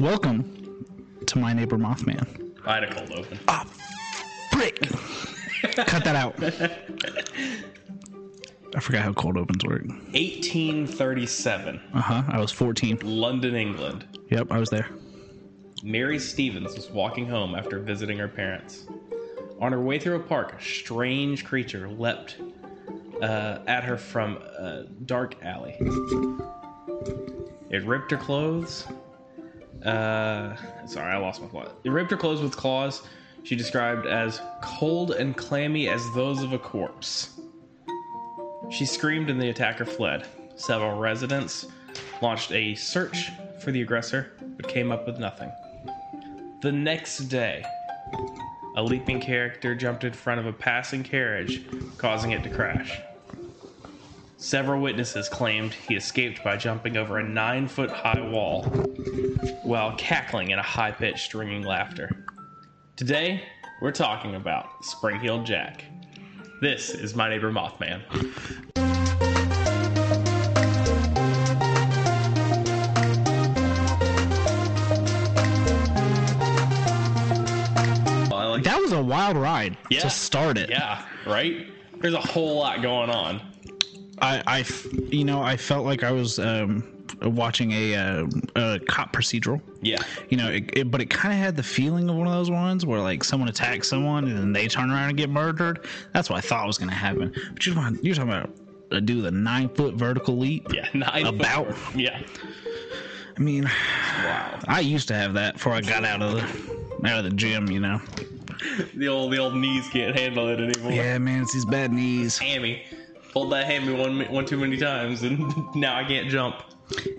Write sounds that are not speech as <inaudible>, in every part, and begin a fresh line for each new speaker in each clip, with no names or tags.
Welcome to My Neighbor Mothman.
I had a cold open.
Brick! Cut that out. I forgot how cold opens work.
1837,
Uh huh. I was 14.
London, England.
Yep, I was there.
Mary Stevens was walking home after visiting her parents. On her way through a park, a strange creature leapt uh, at her from a dark alley. It ripped her clothes. Uh, sorry, I lost my plot. It ripped her clothes with claws she described as cold and clammy as those of a corpse. She screamed and the attacker fled. Several residents launched a search for the aggressor, but came up with nothing. The next day, a leaping character jumped in front of a passing carriage, causing it to crash. Several witnesses claimed he escaped by jumping over a nine foot high wall while cackling in a high pitched, ringing laughter. Today, we're talking about Spring Heel Jack. This is My Neighbor Mothman. Well, I like-
That was a wild ride
Yeah.
to start it.
Yeah, right? There's a whole lot going on.
I, I f- you know, I felt like I was um, watching a, uh, a cop procedural.
Yeah.
You know, it, it, but it kind of had the feeling of one of those ones where like someone attacks someone and then they turn around and get murdered. That's what I thought was going to happen. But you're talking, you're talking about a dude with a nine foot vertical leap.
Yeah. <laughs> Nine foot
About.
four. Yeah.
I mean,
Wow.
I used to have that before I got out of the out of the gym. You know.
The old the old knees can't handle it anymore.
Yeah, man, it's these bad knees.
Hammy. Pulled that hammy one one too many times and <laughs> now I can't jump.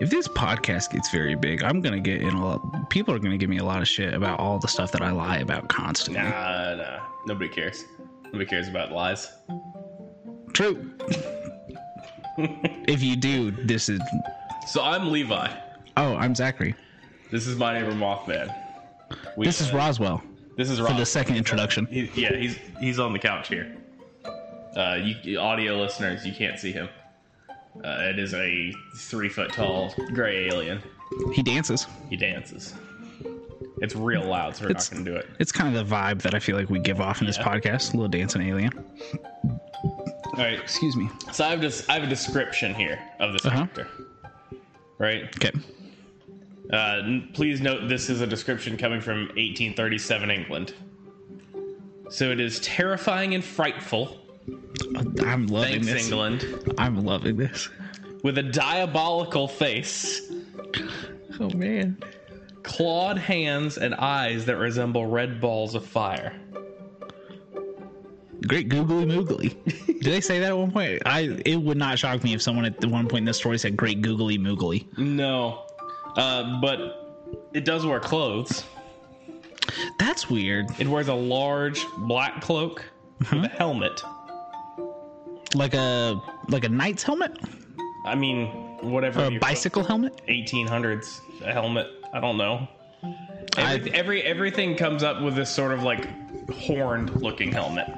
If this podcast gets very big, I'm gonna get in a lot. People are gonna give me a lot of shit about all the stuff that I lie about constantly.
Nah, nah. Nobody cares. Nobody cares about lies.
True. if you do, this is.
So I'm Levi.
Oh, I'm Zachary.
This is my neighbor Mothman. We,
This is
uh,
Roswell
This is
for
Rob.
the second introduction.
He, yeah, he's he's on the couch here. Uh, you audio listeners, you can't see him. Uh, it is a three foot tall gray alien.
He dances.
He dances. It's real loud, so we're
It's-
not gonna do it.
It's kind of the vibe that I feel like we give off in this
Yeah.
podcast. A little dancing alien.
All right.
Excuse me.
So I have just I have a description here of this
Uh-huh.
character. Right.
Okay.
Uh, n- please note this is a description coming from 1837 England. So it is terrifying and frightful.
I'm loving
Thanks,
this.
England.
I'm loving this.
With a diabolical face.
Oh man.
clawed hands and eyes that resemble red balls of fire.
Great googly moogly. <laughs> Did they say that at one point? I it would not shock me if someone at the one point in this story said great googly moogly.
No, uh, but it does wear clothes.
That's weird.
It wears a large black cloak with a helmet.
Like a like a knight's helmet?
I mean, whatever.
Or a
you-
bicycle helmet?
1800s a helmet. I don't know. Every,
I-
every everything comes up with this sort of like horned looking helmet,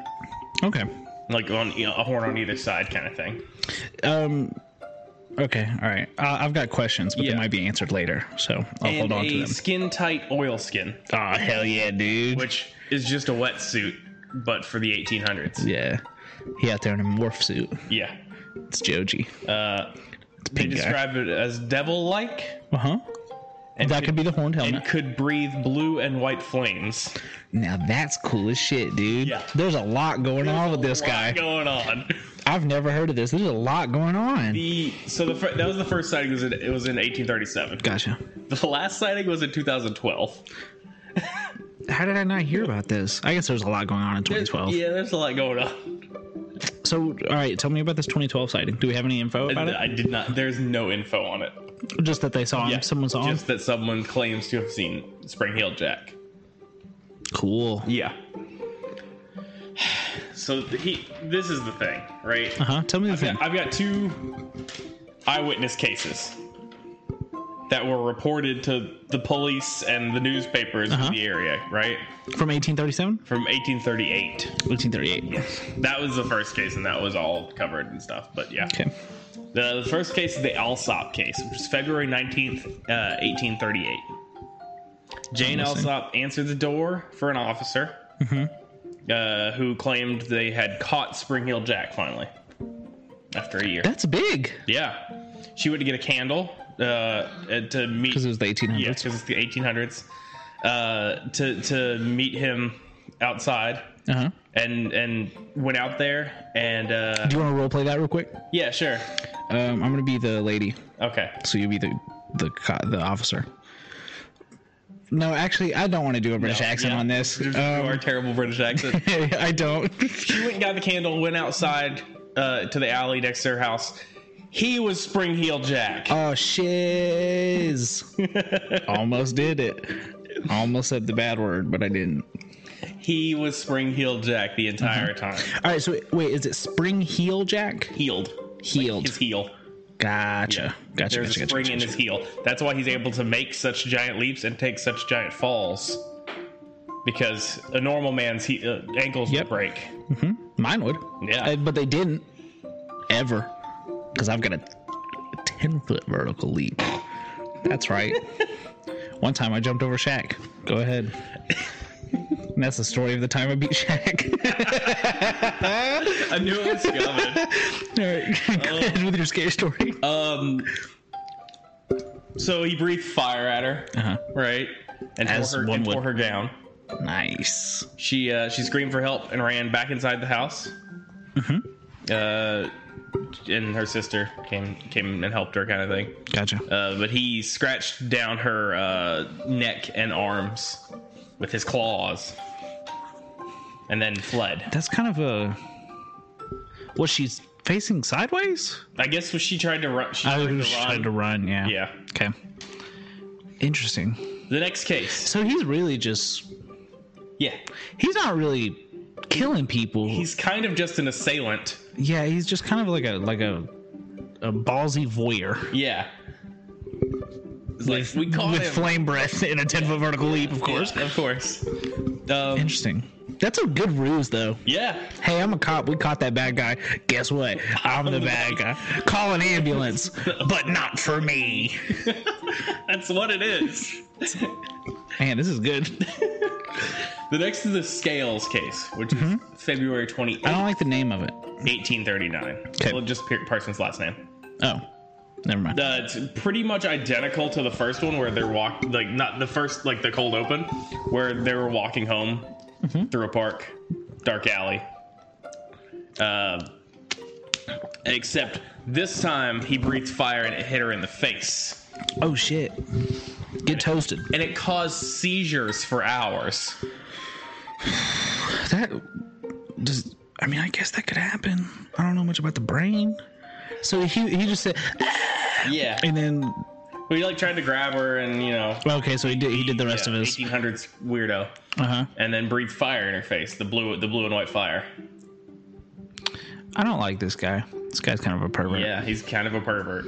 Okay.
like on you know, a horn on either side kind of thing.
Um Okay, all right. Uh, I've got questions, but
Yeah.
they might be answered later, so I'll
and
hold on
a
to them.
skin tight oilskin,
Oh hell yeah, dude!
which is just a wetsuit, but for the 1800s.
yeah, he out there in a morph suit.
Yeah.
It's Joji.
Uh,
It's
they
pink guy.
describe it as devil-like
Uh huh.
and
That could be the horned
and
helmet.
could breathe blue and white flames.
Now that's cool as shit, dude.
Yeah.
There's a lot going on with this
Lot
guy.
going on.
I've never heard of this. There's a lot going on.
The so the fir- that was the first sighting was in, it was in 1837.
Gotcha.
The last sighting was in 2012.
How did I not hear about this? I guess there's a lot going on in 2012.
Yeah, there's a lot going on.
So, all right, tell me about this 2012 sighting. Do we have any info about it?
I did not. There's no info on it.
Just that they saw him. Someone saw him.
Just that someone claims to have seen Spring Heel Jack.
Cool.
Yeah. So he. This is the thing, right?
Uh huh. Tell me the thing.
I've got two eyewitness cases that were reported to the police and the newspapers
Uh-huh.
in the area, right?
From 1837?
From 1838.
1838.
That was the first case, and that was all covered and stuff. But yeah.
Okay.
The, the first case is the Alsop case, which was February 19th, uh, 1838. Jane
I'm listening.
Alsop answered the door for an officer
Mm-hmm.
uh, who claimed they had caught Spring Hill Jack finally after a year.
That's big
Yeah. She went to get a candle uh, uh, to meet.
because it was the 1800s.
Yeah, because it's the 1800s. Uh, to, to meet him outside
Uh-huh.
and and went out there and uh,
Do you want to role play that real quick?
yeah, sure.
Um, I'm gonna be the lady,
Okay.
so you'll be the the co- the officer. No, actually, I don't want to do a British
No,
accent
yeah.
on this.
You
Um,
are terrible British accent.
<laughs> I don't.
She went and got the candle, went outside uh, to the alley next to her house. He was Spring Heel Jack.
Oh shiz! <laughs> Almost did it. Almost said the bad word, but I didn't.
He was Spring Heel Jack the entire time.
All right, so wait, is it spring heel Jack?
Healed.
Healed.
His heel.
Gotcha. Gotcha.
There's
Gotcha.
a
Gotcha.
spring
gotcha,
in his heel. That's why he's able to make such giant leaps and take such giant falls. Because a normal man's he- uh, ankles
Yep.
would break.
Mine would.
Yeah.
Uh, but they didn't. Ever. Because I've got a 10 foot vertical leap. That's <laughs> right. One time I jumped over Shaq. Go ahead. And that's the story of the time I beat Shaq. <laughs>
I knew it was coming.
All right. Go ahead with your scary story. <laughs>
um, so he breathed fire at her,
Uh-huh.
right? And
As
tore her,
one
and tore
would.
her gown.
Nice.
She uh, she screamed for help and ran back inside the house.
Mm-hmm.
Uh, and her sister came came and helped her, kind of thing.
Gotcha.
Uh, but he scratched down her uh, neck and arms with his claws, and then fled.
That's kind of a. Was she facing sideways?
I guess when she tried to run, she tried to
was
run.
trying to run. Yeah.
yeah.
Okay. Interesting.
The next case.
So he's really just
Yeah,
he's not really killing people.
he's kind of just an assailant.
yeah, he's just kind of like a like a a ballsy
<laughs>
voyeur
Yeah. It's like we caught
with
him.
flame breath and a ten foot vertical leap, of course.
Yeah, of course. Um,
Interesting. That's a good ruse, though.
yeah.
Hey, I'm a cop. We caught that bad guy. Guess what? I'm the bad guy. Call an ambulance, but not for me.
That's what it is.
Man, this is good.
the next is the Scales case, which
Mm-hmm.
is February twenty
I
eighth,
don't like the name of it.
1839.
Okay.
Well, just Pe- Parsons' last name.
Oh, never mind.
Uh, it's pretty much identical to the first one where they're walk like not the first like the cold open where they were walking home
Mm-hmm.
through a park dark alley uh, except this time he breathed fire and it hit her in the face
Oh shit. Get toasted.
and it caused seizures for hours
That does. I mean, I guess that could happen. I don't know much about the brain. So he he just said,
yeah
and then
we like tried to grab her and you know
okay, so he did he did the rest
yeah,
of his.
1800s weirdo
Uh huh.
and then breathed fire in her face the blue the blue and white fire
I don't like this guy. This guy's kind of a pervert.
Yeah, he's kind of a pervert.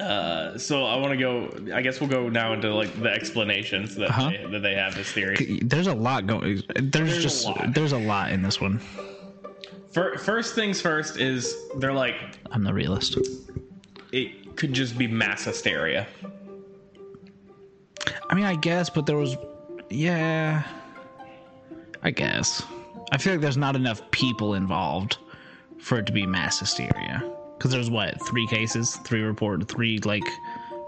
Uh, so I want to go. I guess we'll go now into like the explanations that
Uh-huh.
they, that they have this theory.
There's a lot going. There's,
a
just
lot.
there's a lot in this one.
Fir- first things first is they're like
I'm the realist.
it could just be mass hysteria.
I mean, I guess, but there was, yeah. I guess. I feel like there's not enough people involved for it to be mass hysteria. Because there's what three cases, three report, three like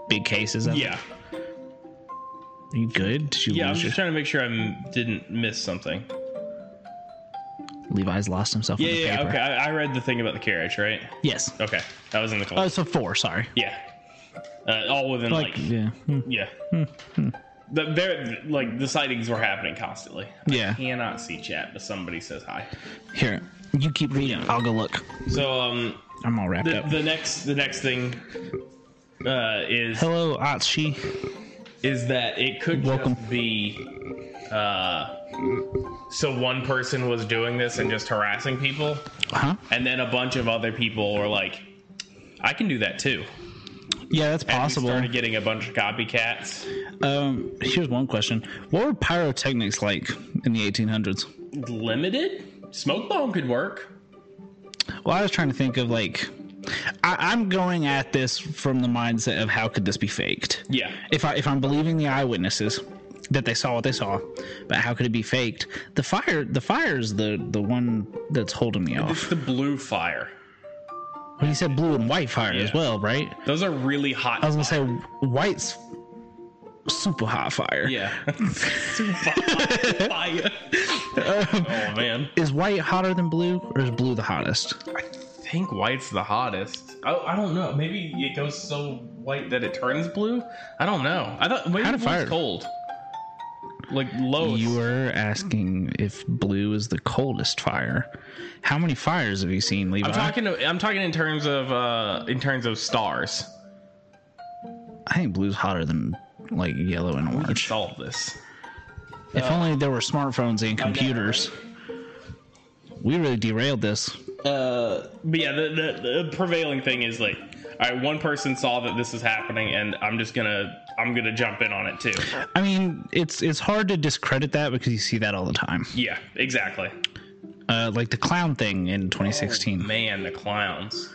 big cases. Of it?
Yeah,
Are you good? Did you
yeah. I'm
lose your...
just trying to make sure I m- didn't miss something.
Levi's lost himself.
Yeah,
in the
yeah.
paper.
Okay, I, I read the thing about the carriage, right?
Yes.
Okay, that was in the
Oh,
cold.
so four. Sorry.
Yeah, uh, all within
Like,
like, hmm.
yeah, Hmm.
yeah. The, they're, like the sightings were happening constantly.
yeah.
cannot see chat, but somebody says hi.
Here, you keep reading. I'll go look.
So um,
I'm all wrapped
the,
up.
the next the next thing uh, is
Hello, Atshi.
is that it could
Welcome.
just be uh, so one person was doing this and just harassing people,
Huh?
and then a bunch of other people were like, "I can do that too."
Yeah, that's
And we
possible.
started getting a bunch of copycats.
Um, here's one question: What were pyrotechnics like in the 1800s?
Limited smoke bomb could work.
Well, I was trying to think of like, I I, I'm going at this from the mindset of how could this be faked?
Yeah.
If I if I'm believing the eyewitnesses that they saw what they saw, but how could it be faked? The fire the fire is the the one that's holding me
It's
off.
the blue fire.
Well, you said blue and white fire as
Yeah.
well, right?
Those are really hot.
I was gonna say white's super hot fire.
<laughs> yeah. Super hot fire. oh man.
Is white hotter than blue, or is blue the hottest?
I think white's the hottest. I, I don't know. Maybe it goes so white that it turns blue. I don't know. I thought maybe
How
it
did
was
fire-
cold. Like low.
You were asking if blue is the coldest fire. How many fires have you seen, Levi?
I'm talking. I'm talking in terms of uh, in terms of stars.
I think blue's hotter than like yellow and
We can
orange.
solve this.
If
Uh,
only there were smartphones and computers. We really derailed this.
Uh, but yeah, the, the the prevailing thing is like, all right, one person saw that this is happening, and I'm just gonna I'm gonna jump in on it too.
I mean, it's it's hard to discredit that because you see that all the time.
Yeah, exactly.
Uh, like the clown thing in 2016.
Oh, Man, the clowns.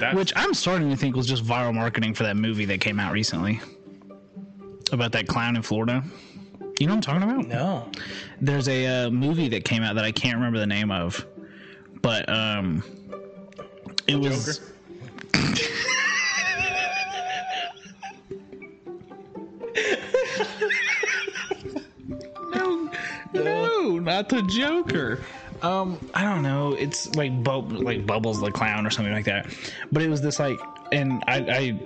That's,
Which I'm starting to think was just viral marketing for that movie that came out recently about that clown in Florida. You know what I'm talking about?
no,
There's a uh, movie that came out that I can't remember the name of, but um, it was.
Joker?
No, no, not the Joker. Um, I don't know. It's like bu- like Bubbles the Clown or something like that. But it was this like, and I,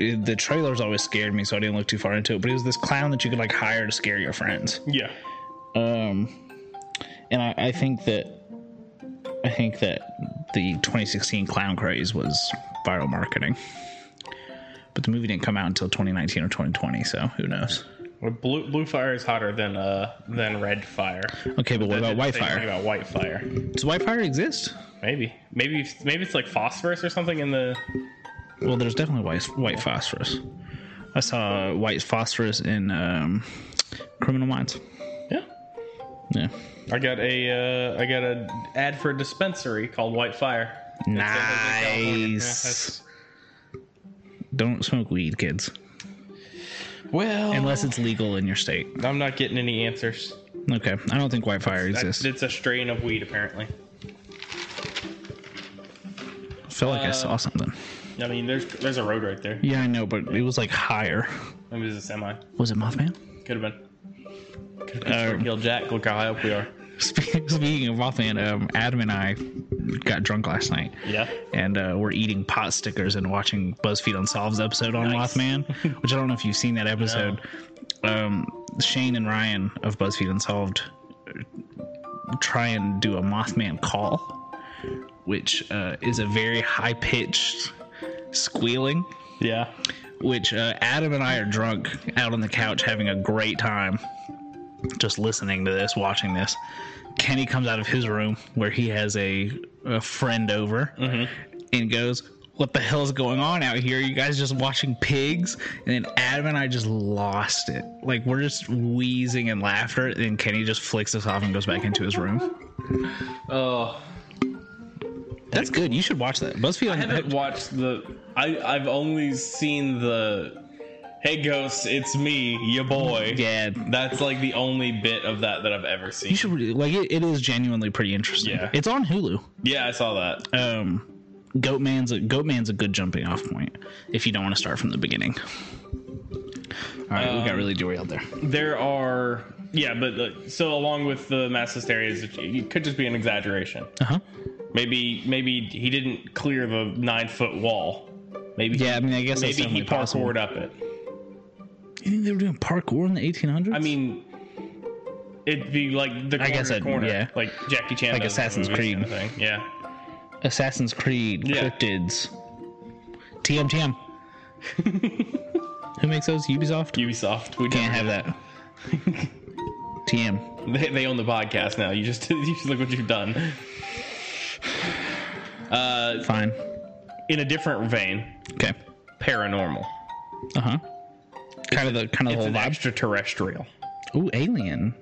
I the trailers always scared me, so I didn't look too far into it. But it was this clown that you could like hire to scare your friends.
yeah,
Um, and I, I think that I think that the 2016 clown craze was viral marketing. But the movie didn't come out until 2019 or 2020, so who knows?
Well, blue blue fire is hotter than uh than red fire.
Okay, but what about white
Same thing
fire?
About white fire,
Does white fire exist?
maybe maybe it's- maybe it's like phosphorus or something in the.
Well, there's definitely white white phosphorus. I saw white phosphorus in um, Criminal Minds.
Yeah,
Yeah,
I got a uh, I got a ad for a dispensary called White Fire. It's in- it's in California. Yeah,
nice.
that's-
Don't smoke weed, kids,
Well,
unless it's legal in your state.
I'm not getting any answers.
Okay, I don't think white fire
That's,
exists.
it's a strain of weed, apparently.
I felt like I saw something.
I mean, there's there's a road right there.
Yeah, I know, but it was like higher.
Maybe it's a semi.
Was it Mothman?
Could have been.
Uh,
Kill Jack. Look how high up we are.
spe- <laughs> speaking of Mothman, um, Adam and I got drunk last night.
Yeah.
and uh, we're eating pot stickers and watching BuzzFeed Unsolved's episode on <laughs>
Nice.
Mothman, which I don't know if you've seen that episode. Um, Shane and Ryan of BuzzFeed Unsolved uh, try and do a Mothman call, which uh, is a very high pitched squealing.
Yeah.
Which uh, Adam and I are drunk out on the couch having a great time just listening to this, watching this. Kenny comes out of his room where he has a, a friend over and goes, What the hell's going on out here? you guys just watching pigs? And then Adam and I just lost it. Like, we're just wheezing and laughter. And then Kenny just flicks us off and goes back into his room.
Oh,
That's good. You should watch that. BuzzFeed
I haven't
on
watched the. I I've only seen the. Hey ghosts, it's me, your boy.
Yeah.
That's like the only bit of that that I've ever seen.
You should, re- like, it, it is genuinely pretty interesting.
Yeah.
It's on Hulu.
Yeah, I saw that.
Um, Goatman's a Goatman's a good jumping off point if you don't want to start from the beginning. All right, we got really derailed there.
There are. Yeah, but uh, so along with the mass hysteria, it it could just be an exaggeration.
Uh huh.
Maybe maybe he didn't clear the nine foot wall. Maybe
Yeah, I mean, I guess that's
maybe he
definitely
parkoured
possible.
up it.
You think they were doing parkour in the 1800s?
I mean, it'd be like the corner
I guess
to
I'd-
corner,
yeah.
like Jackie Chan,
Like
does in the
Assassin's
movies
Creed.
kind of thing. Yeah,
Assassin's Creed
Yeah.
cryptids. TM <laughs> TM. Who makes those? Ubisoft.
Ubisoft. We
Can't
never-
have that. <laughs> TM.
<laughs> They, they own the podcast now. You just <laughs> you just look what you've done. Uh,
Fine.
in a different vein,
Okay.
paranormal.
Uh huh. Kind of the kind of the
It's
whole
an
vibe.
extraterrestrial.
Ooh, alien.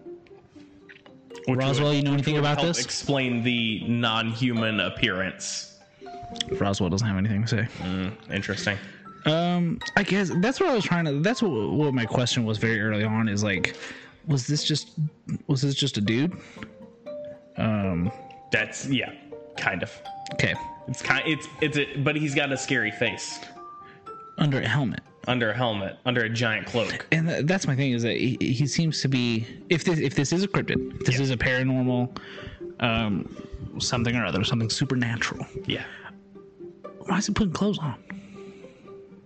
Roswell, you know anything about
Help
this?
explain the non-human appearance.
Roswell doesn't have anything to say.
Interesting.
Um, I guess that's what I was trying to. That's what, what my question was very early on is like, was this just was this just a dude?
That's yeah, kind of.
Okay,
It's kind. It's it's. A, but he's got a scary face
under a helmet,
under a helmet, under a
<laughs>
giant cloak.
and tha- that's my thing is that he, he seems to be. If this if this is a cryptid, if this is a paranormal, um, something or other, something supernatural.
Yeah.
Why is he putting clothes on?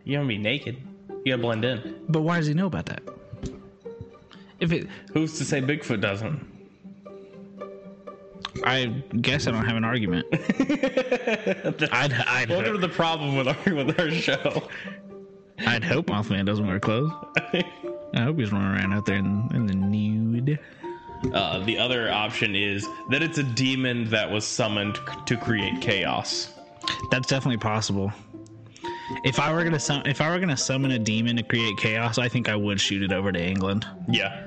You don't be naked. You gotta blend in.
But why does he know about that? If it,
Who's to say Bigfoot doesn't?
I guess I don't have an argument. I'd I'd,
Welcome to
ho-
the problem with our with our show.
I'd hope Mothman doesn't wear
<laughs>
clothes. I hope he's running around out there in, in the nude.
Uh, the other option is that it's a demon that was summoned c- to create chaos.
That's definitely possible. If I were gonna sum- if I were gonna summon a demon to create chaos, I think I would shoot it over to England.
Yeah.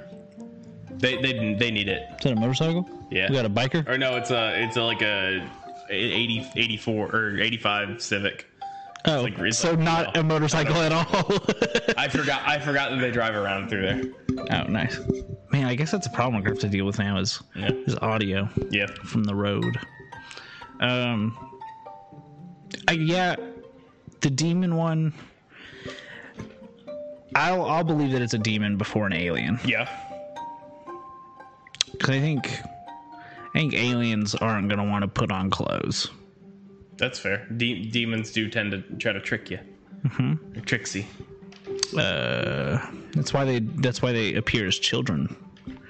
They they they need it.
Is that a motorcycle?
Yeah.
We got a biker.
Or no, it's a it's a, like a 80, 84 or 85 Civic.
oh,
like Rizzo.
so not a motorcycle at all. <laughs>
I forgot I forgot that they drive around through there.
oh, nice. Man, I guess that's a problem we're gonna have to deal with now is
Yeah.
is audio
Yeah.
from the road. Um, I, yeah, the demon one. I'll I'll believe that it's a demon before an alien.
Yeah.
Because I think, I think aliens aren't going to want to put on clothes.
That's fair. De- demons do tend to try to trick you. Mm-hmm. Tricksy.
Uh, That's why they. That's why they appear as children.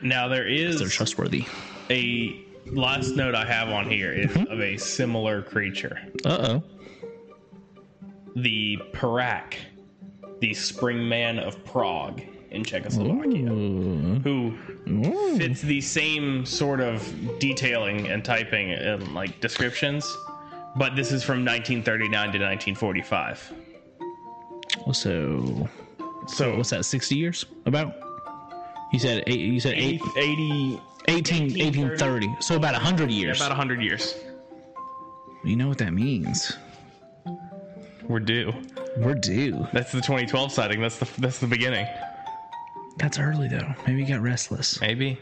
Now there
They're
is
trustworthy.
a last note I have on here is of a similar creature.
Uh oh.
The Parak, the spring man of Prague in Czechoslovakia, who fits the same sort of detailing and typing and like descriptions, but this is from 1939 to 1945.
So,
So
what's that? Sixty years? About? You said eight. You said eight.
80
18,
1830.
1830. So about hundred years.
about 100 years.
you know what that means?
We're due.
We're due.
That's the 2012 sighting. That's the that's the beginning.
That's early though. Maybe he got restless.
Maybe.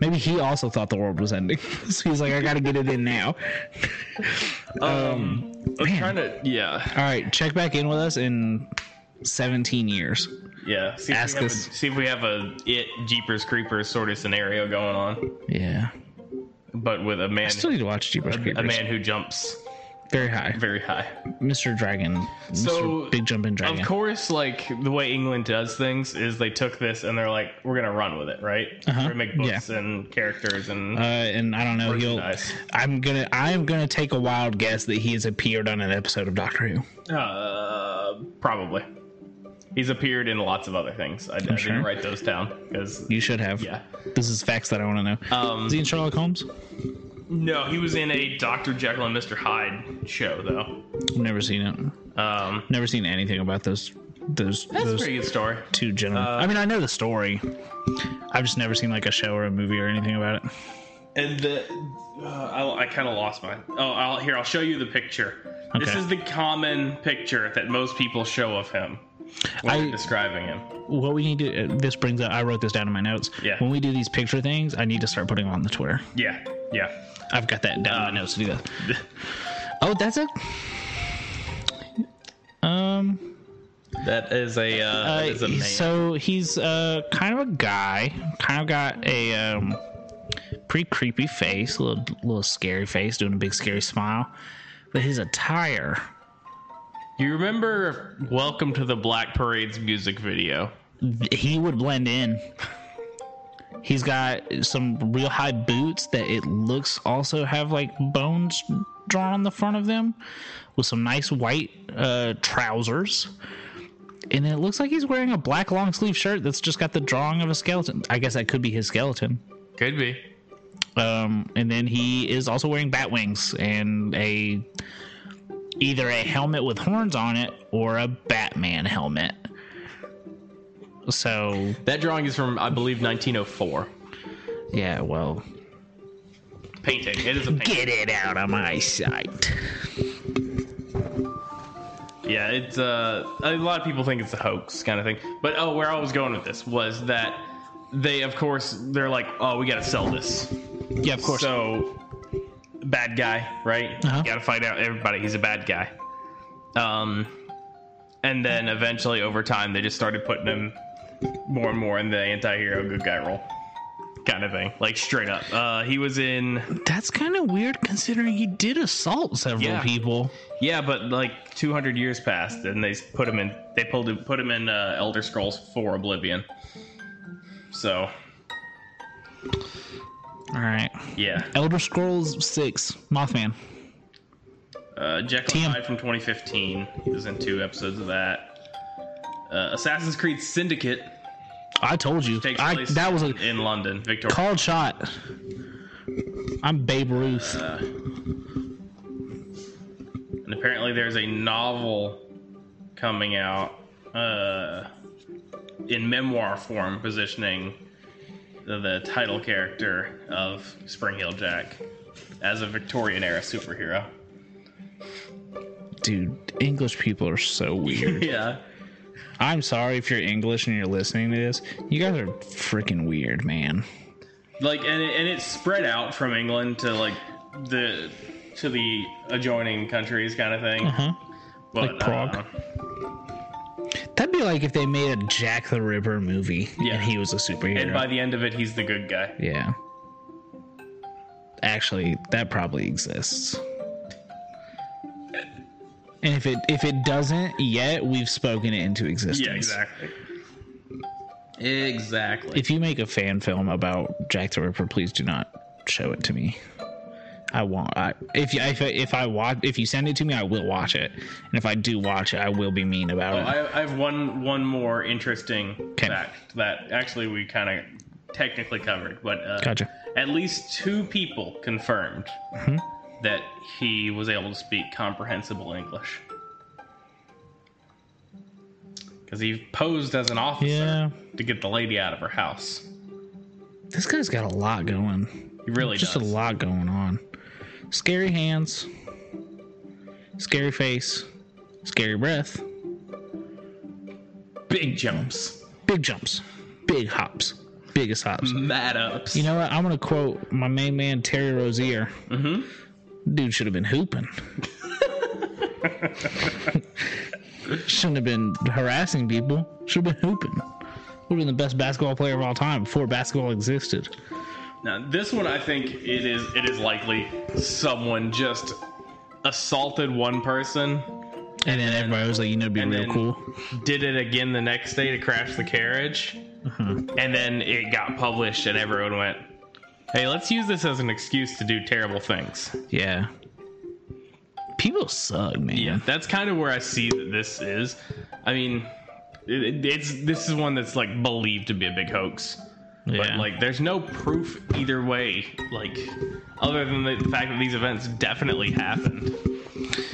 Maybe he also thought the world was ending. <laughs> so he's like, I got to get it in now.
I'm
Man.
Um, trying to yeah.
All right, check back in with us in seventeen years.
Yeah. See
Ask
if we have
us.
A, see if we have a it Jeepers Creepers sort of scenario going on,
Yeah.
but with a man,
Still need to watch Jeepers
a
Creepers.
man who jumps
Very high.
very high.
Mr. Dragon.
So,
Mr. Big Jumping Dragon.
Of course, like the way England does things is they took this and they're like, we're gonna run with it, right? We're gonna make books and characters and
Uh-huh. Uh, and I don't know. He'll.
merchandise.
I'm gonna. I'm gonna take a wild guess that he has appeared on an episode of Doctor Who.
Uh, probably. He's appeared in lots of other things. I, I didn't
sure.
write those down because
You should have.
yeah.
This is facts that I want to know.
Um,
is he in Sherlock Holmes?
no, he was in a Doctor Jekyll and Mister Hyde show though.
Never seen it.
Um,
Never seen anything about those. Those.
that's a
those
pretty good story.
two gentlemen.
Uh,
I mean, I know the story. I've just never seen like a show or a movie or anything about it.
And the uh, I, I kind of lost mine. Oh, I'll, here I'll show you the picture. This
Okay.
is the common picture that most people show of him when
I-
they're describing him.
What we need to. uh, This brings up. I wrote this down in my notes.
Yeah.
When we do these picture things, I need to start putting them on the Twitter.
Yeah, yeah.
I've got that
Uh,
down in my notes to do that.
<laughs>
Oh, that's it. Um.
That is a uh, that is a man.
so he's uh kind of a guy, kind of got a um pretty creepy face, little little scary face, doing a big scary smile, but his attire.
you remember "Welcome to the Black Parade's" music video?
he would blend in. He's got some real high boots that it looks also have like bones drawn on the front of them with some nice white uh, trousers. And it looks like he's wearing a black long sleeve shirt that's just got the drawing of a skeleton. I guess that could be his skeleton.
Could be.
Um, and then he is also wearing bat wings and a either a helmet with horns on it or a Batman helmet. So
That drawing is from I believe 1904.
yeah, well,
Painting. It is a painting.
get it out of my sight.
Yeah, it's uh, a lot of people think it's a hoax kind of thing. But oh, where I was going with this was that they, of course, they're like, oh, we got to sell this.
Yeah, of course.
So, bad guy, right?
Uh-huh.
Got to fight out everybody. He's a bad guy. Um, and then eventually, over time, they just started putting him more and more in the anti-hero good guy role, kind of thing. Like straight up, uh, he was in.
That's kind of weird considering he did assault several
Yeah.
people.
Yeah, but like 200 years passed, and they put him in. They pulled him, put him in uh, Elder Scrolls for Oblivion. So
All right.
yeah,
Elder Scrolls 6, Mothman.
uh, Jekyll
TM.
and Hyde from 2015 is in two episodes of that. Uh, Assassin's Creed Syndicate
I told you.
takes
I,
place
that was a
in London, Victoria.
called shot. I'm Babe Ruth.
and apparently, there's a novel coming out uh, in memoir form, positioning the, the title character of Spring Hill Jack as a Victorian era superhero. <laughs>
Dude, English people are so <laughs> weird.
Yeah.
I'm sorry if you're English and you're listening to this. You guys are freaking weird, man.
like and it, and it spread out from England to like the to the adjoining countries kind of thing.
Huh?
But,
Uh-huh. like Prague?
uh,
That'd be like if they made a Jack the Ripper movie
Yeah.
and he was a superhero.
and by the end of it, he's the good guy.
yeah. Actually, that probably exists. And if it if it doesn't yet, we've spoken it into existence.
Yeah, exactly. Exactly.
If you make a fan film about Jack the Ripper, please do not show it to me. I won't. I, if you, if I, if I watch if you send it to me, I will watch it. And if I do watch it, I will be mean about
Oh,
it.
I, I have one one more interesting
'Kay.
fact that actually we kind of technically covered, but uh,
Gotcha. Mm-hmm.
at least two people confirmed that he was able to speak comprehensible English because he posed as an officer
Yeah.
to get the lady out of her house.
This guy's got a lot going.
He really
Just a
does.
lot going on. Scary hands. Scary face. Scary breath.
Big jumps,
Big jumps. Big hops. Biggest hops.
mad ups.
You know what? I'm gonna quote my main man Terry Rozier. Mm-hmm. Dude should have been
<laughs>
hooping. Shouldn't have been harassing people. Should have been hooping. Would have been the best basketball player of all time before basketball existed.
Now this one, I think it is it is likely someone just assaulted one person
And then everybody was like, "You know, it'd be
and
real
then-
cool."
did it again the next day to crash the carriage. And then it got published, and everyone went, Hey, let's use this as an excuse to do terrible things.
Yeah. People suck, man.
That's kind of where I see that this is. I mean, it, it's this is one that's like believed to be a big hoax. But
Yeah.
like, there's no proof either way, like, other than the fact that these events definitely happened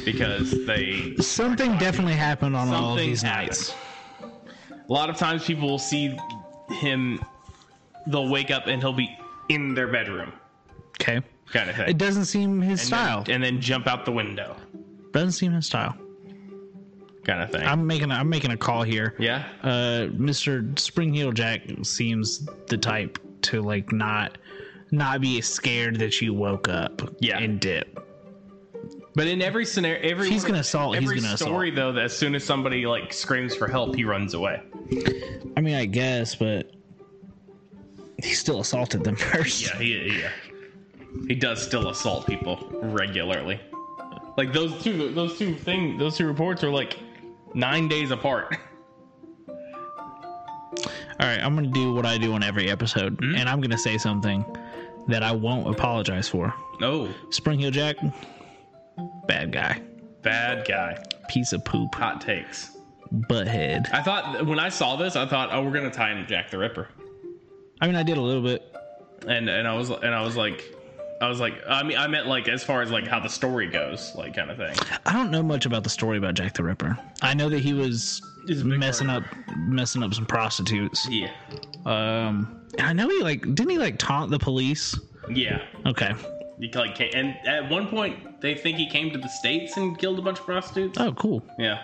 because they
something definitely happened on all of
Something
these
happened.
nights.
a lot of times people will see him they'll wake up and he'll be in their bedroom
Okay.
kind of thing
It doesn't seem his
and
style.
Then, and then jump out the window
doesn't seem his style.
kind of thing
I'm making a, I'm making a call here.
yeah
uh, Mr. Spring Heel Jack seems the type to like not not be scared that you woke up
Yeah.
and dip.
but in every scenario every
He's gonna assault, he's
every
gonna assault.
story though that as soon as somebody like screams for help he runs away
I mean, I guess, but he still assaulted them <laughs> first.
yeah he yeah he does still assault people regularly like those two those two thing those two reports are like nine days apart
All right, I'm gonna do what I do on every episode, and I'm gonna say something that I won't apologize for.
oh
Spring Heel Jack, bad guy,
bad guy
piece of poop,
hot takes
butthead.
I thought when I saw this, I thought, oh, we're gonna tie in Jack the Ripper,
I mean, I did a little bit.
and and I was and I was like, I was like, I mean, I meant like as far as like how the story goes, like kind of thing.
I don't know much about the story about Jack the Ripper. I know that he was
He's a big
messing up, messing up some prostitutes.
Yeah,
Um, and I know he like didn't he like taunt the police?
yeah.
Okay.
He like came, and at one point they think he came to the states and killed a bunch of prostitutes.
Oh, cool.
Yeah,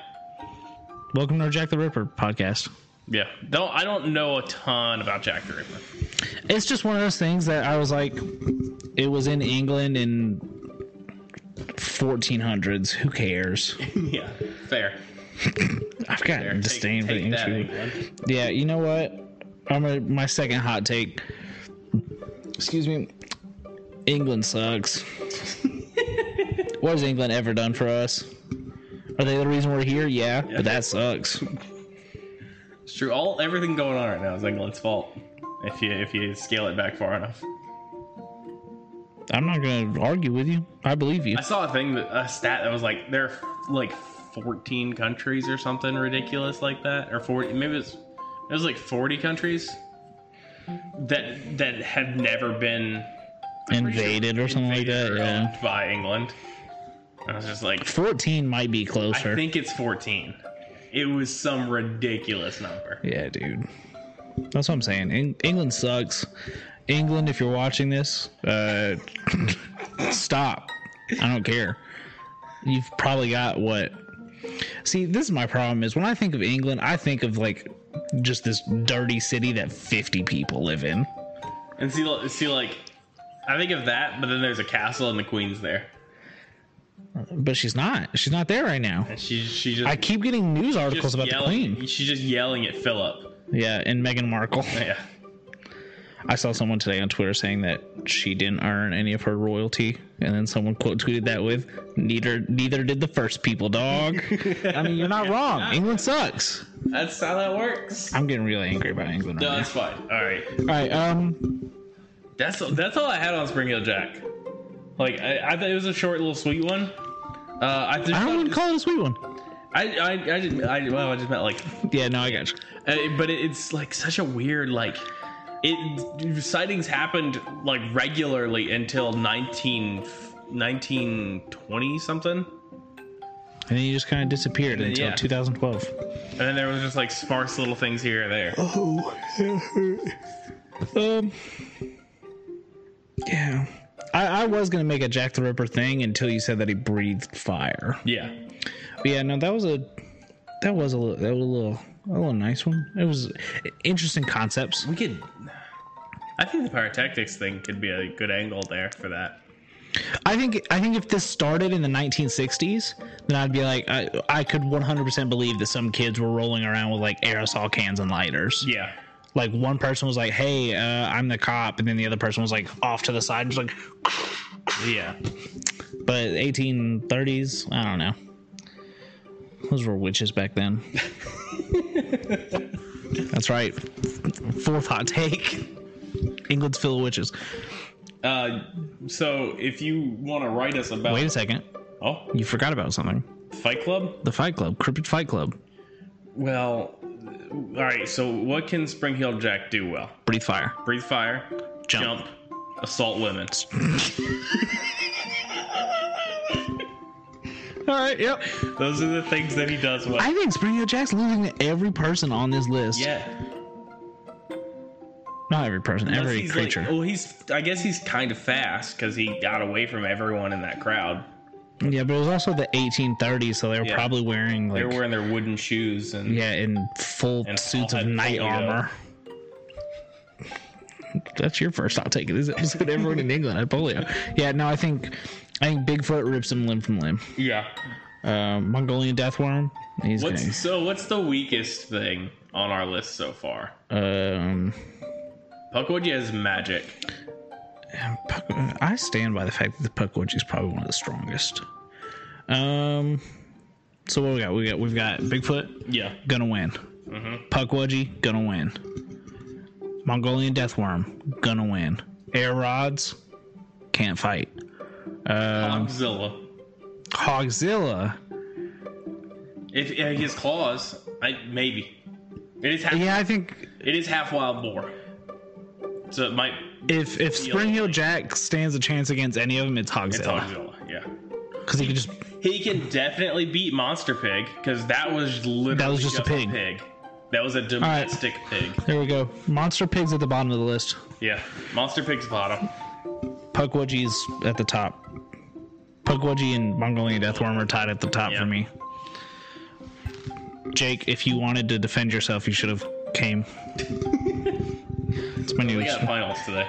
Welcome to our Jack the Ripper podcast.
Yeah. Don't I don't know a ton about Jack the Ripper.
It's just one of those things that I was like, it was in England in 1400s. Who cares?
<laughs> yeah. Fair.
I've got
Fair.
disdain for the
Take- take
English
that,
people.
England.
Yeah, you know what? I'm a, my second hot take. Excuse me. England
<laughs>
sucks. what has England ever done for us? Are they the reason we're here? Yeah, but that sucks.
It's true. All everything going on right now is England's fault. If you if you scale it back far enough.
I'm not going to argue with you. I believe you.
I saw a thing, that, a stat that was like there are like 14 countries or something ridiculous like that, or 40. Maybe it's it was like 40 countries that that have never been
Invaded or something like
invaded
that.
or
Yeah.
owned by England. And I was just like,
14 might be
I
closer.
think it's 14. It was some ridiculous number.
Yeah, dude. That's what I'm saying. Eng- England sucks. England, if you're watching this, uh, <coughs> stop. I don't care. You've probably got what. See, this is my problem. Is when I think of England, I think of like just this dirty city that 50 people live in.
And see, li- see, like I think of that, but then there's a castle and the queen's there,
But she's not. She's not there right now.
and she she just
I keep getting news articles
just
about the
yelling.
Queen.
She's just yelling at Philip.
Yeah, and Meghan Markle.
Yeah.
I saw someone today on Twitter saying that she didn't earn any of her royalty, and then someone quote tweeted that with neither neither did the first people, <laughs> dog. I mean, you're not wrong. England sucks.
That's how that works.
I'm getting really angry about England.
No,
Right
that's fine. All right.
now. All right, um,
That's that's all I had on Spring Hill Jack. Like I, I thought it was a short little sweet one. Uh, I, just
I don't
thought,
even call it a sweet one.
I, I I just I well I just meant like,
Yeah, no, I got you.
uh, but it, it's like such a weird like, it sightings happened like regularly until 19, 1920 something,
And then you just kind of disappeared until
yeah.
2012.
and then there was just like sparse little things here and there.
Oh, um, yeah. I, I was gonna make a Jack the Ripper thing until you said that he breathed fire.
Yeah,
But yeah, no, that was a that was a little that was a little a little nice one. It was interesting concepts.
we could. I think the pyrotechnics thing could be a good angle there for that.
I think I think if this started in the 1960s, then I'd be like I I could 100% believe that some kids were rolling around with like aerosol cans and lighters.
Yeah,
Like one person was like, "Hey, uh, I'm the cop," and then the other person was like off to the side, and was like.
yeah.
But 1830s, I don't know. Those were witches back
<laughs>
then. That's right. Fourth hot take. England's full of witches.
Uh, so if you want to write us about
Wait a second.
oh
You forgot about something.
Fight Club,
The Fight Club, Cryptid Fight Club,
well, all right. So what can Spring Hill Jack do well?
Breathe Fire.
Breathe fire,
Jump.
jump, assault women.
<clears throat> All right, yep.
Those are the things that he does well.
I think Spring Hill Jack's losing to every person on this list.
yeah,
Not every person,
Unless
every
he's
creature.
Like, oh. well, he's I guess he's kind of fast because he got away from everyone in that crowd.
yeah, but it was also the 1830s, so they were
Yeah.
probably wearing like
They're wearing their wooden shoes and
Yeah, in full
And
suits
all
of
had
knight
polio.
armor. That's your first. I'll take it. This episode, everyone in England had polio. Yeah, no, I think I think Bigfoot rips him limb from limb.
yeah.
Uh, Mongolian deathworm. He's
What's so? What's the weakest thing on our list so far?
gonna. Um,
Puckwood has magic.
Puck- I stand by the fact that the Puckwitch is probably one of the strongest. Um, so what we got? We got we've got Bigfoot
Yeah.
gonna win. Puckwudgie gonna win. Mongolian deathworm gonna win. Air rods can't fight. Um,
Godzilla.
Hogzilla.
If uh, his claws, I maybe. It is half.
Yeah, I think
It is half wild boar. So it might.
if if Spring Hill Jack stands a chance against any of them, it's
It's
Hogzilla
Godzilla. Yeah.
because he can just
He can definitely beat monster pig because that was literally
That was just a pig.
That was a domestic pig.
there we go. Monster pigs at the bottom of the list.
Yeah. Monster pig's bottom.
Puckwudgie's at the top. Puckwudgie and Mongolian deathworm are tied at the top
Yeah.
for me. Jake, if you wanted to defend yourself, you should have came. It's my
We
new.
got finals today.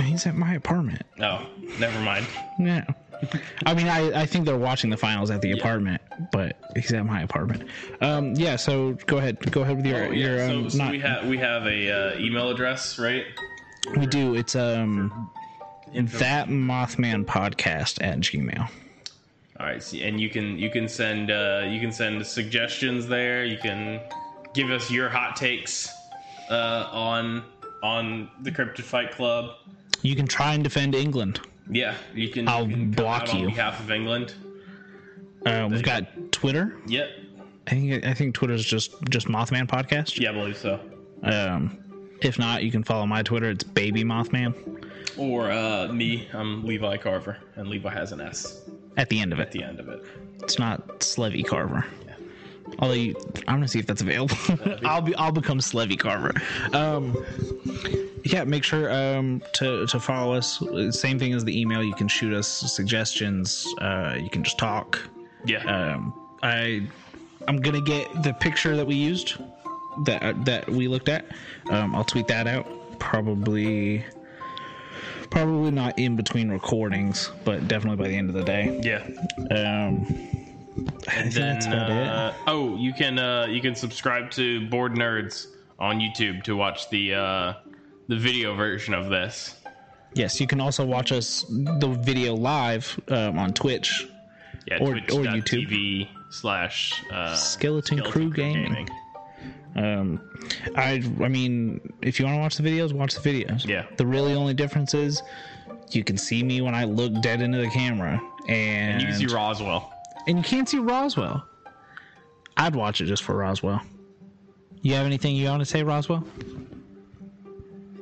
He's at my apartment.
Oh, never mind.
Yeah. I mean, I, I think they're watching the finals at the apartment, but he's at my apartment. Um, yeah. So go ahead, go ahead with your your
Oh, Yeah,
um,
so, so
not
we have we have a uh, email address, right?
we do. It's um that Mothman podcast at Gmail.
All right, so- and you can you can send uh, you can send suggestions there. You can give us your hot takes uh, on on the Cryptid Fight Club.
You can try and defend England.
Yeah, you can.
I'll
you can come
block
out
you.
on behalf of England.
Uh, we've got Twitter.
Yep.
I think I think Twitter's just just Mothman podcast.
Yeah, I believe so.
Um, if not, you can follow my Twitter. It's Baby Mothman
Or uh, me, I'm Levi Carver, and Levi has an S
at the end of
at
it.
the end of it.
It's not Slevy Carver. Although you, I'm gonna see if that's available. <laughs> I'll be I'll become Slevy Carver. Um, yeah, make sure um, to to follow us. Same thing as the email. You can shoot us suggestions. Uh, you can just talk.
Yeah.
Um, I I'm gonna get the picture that we used that uh, that we looked at. Um, I'll tweet that out probably probably not in between recordings, but definitely by the end of the day.
yeah.
Um, I think that's about it.
uh, oh, you can uh, you can subscribe to Board Nerds on YouTube to watch the uh, the video version of this.
Yes, you can also watch us the video live um, on Twitch.
Yeah,
Or- or
twitch.tv slash uh,
Skeleton, Crew, Gaming.
Gaming.
Um, I I mean, if you want to watch the videos, watch the videos.
Yeah.
The really only difference is you can see me when I look dead into the camera, and
You can see Roswell.
and you can't see Roswell. I'd watch it just for Roswell. You have anything you want to say, Roswell?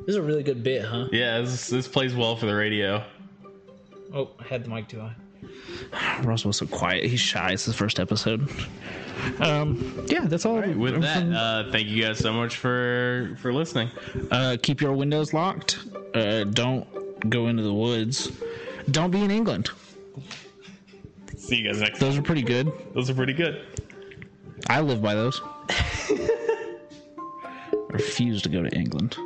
This is a really good bit, huh?
Yeah, this, this plays well for the radio.
Oh, I had the mic too high. <sighs> Roswell's so quiet. He's shy. It's his first episode. Um, yeah, that's all.
With that, uh, thank you guys so much for for listening.
uh, keep your windows locked. Uh, don't go into the woods. Don't be in England.
See you guys next. time.
Those are pretty good.
Those are pretty good.
I live by those. I refuse to go to England.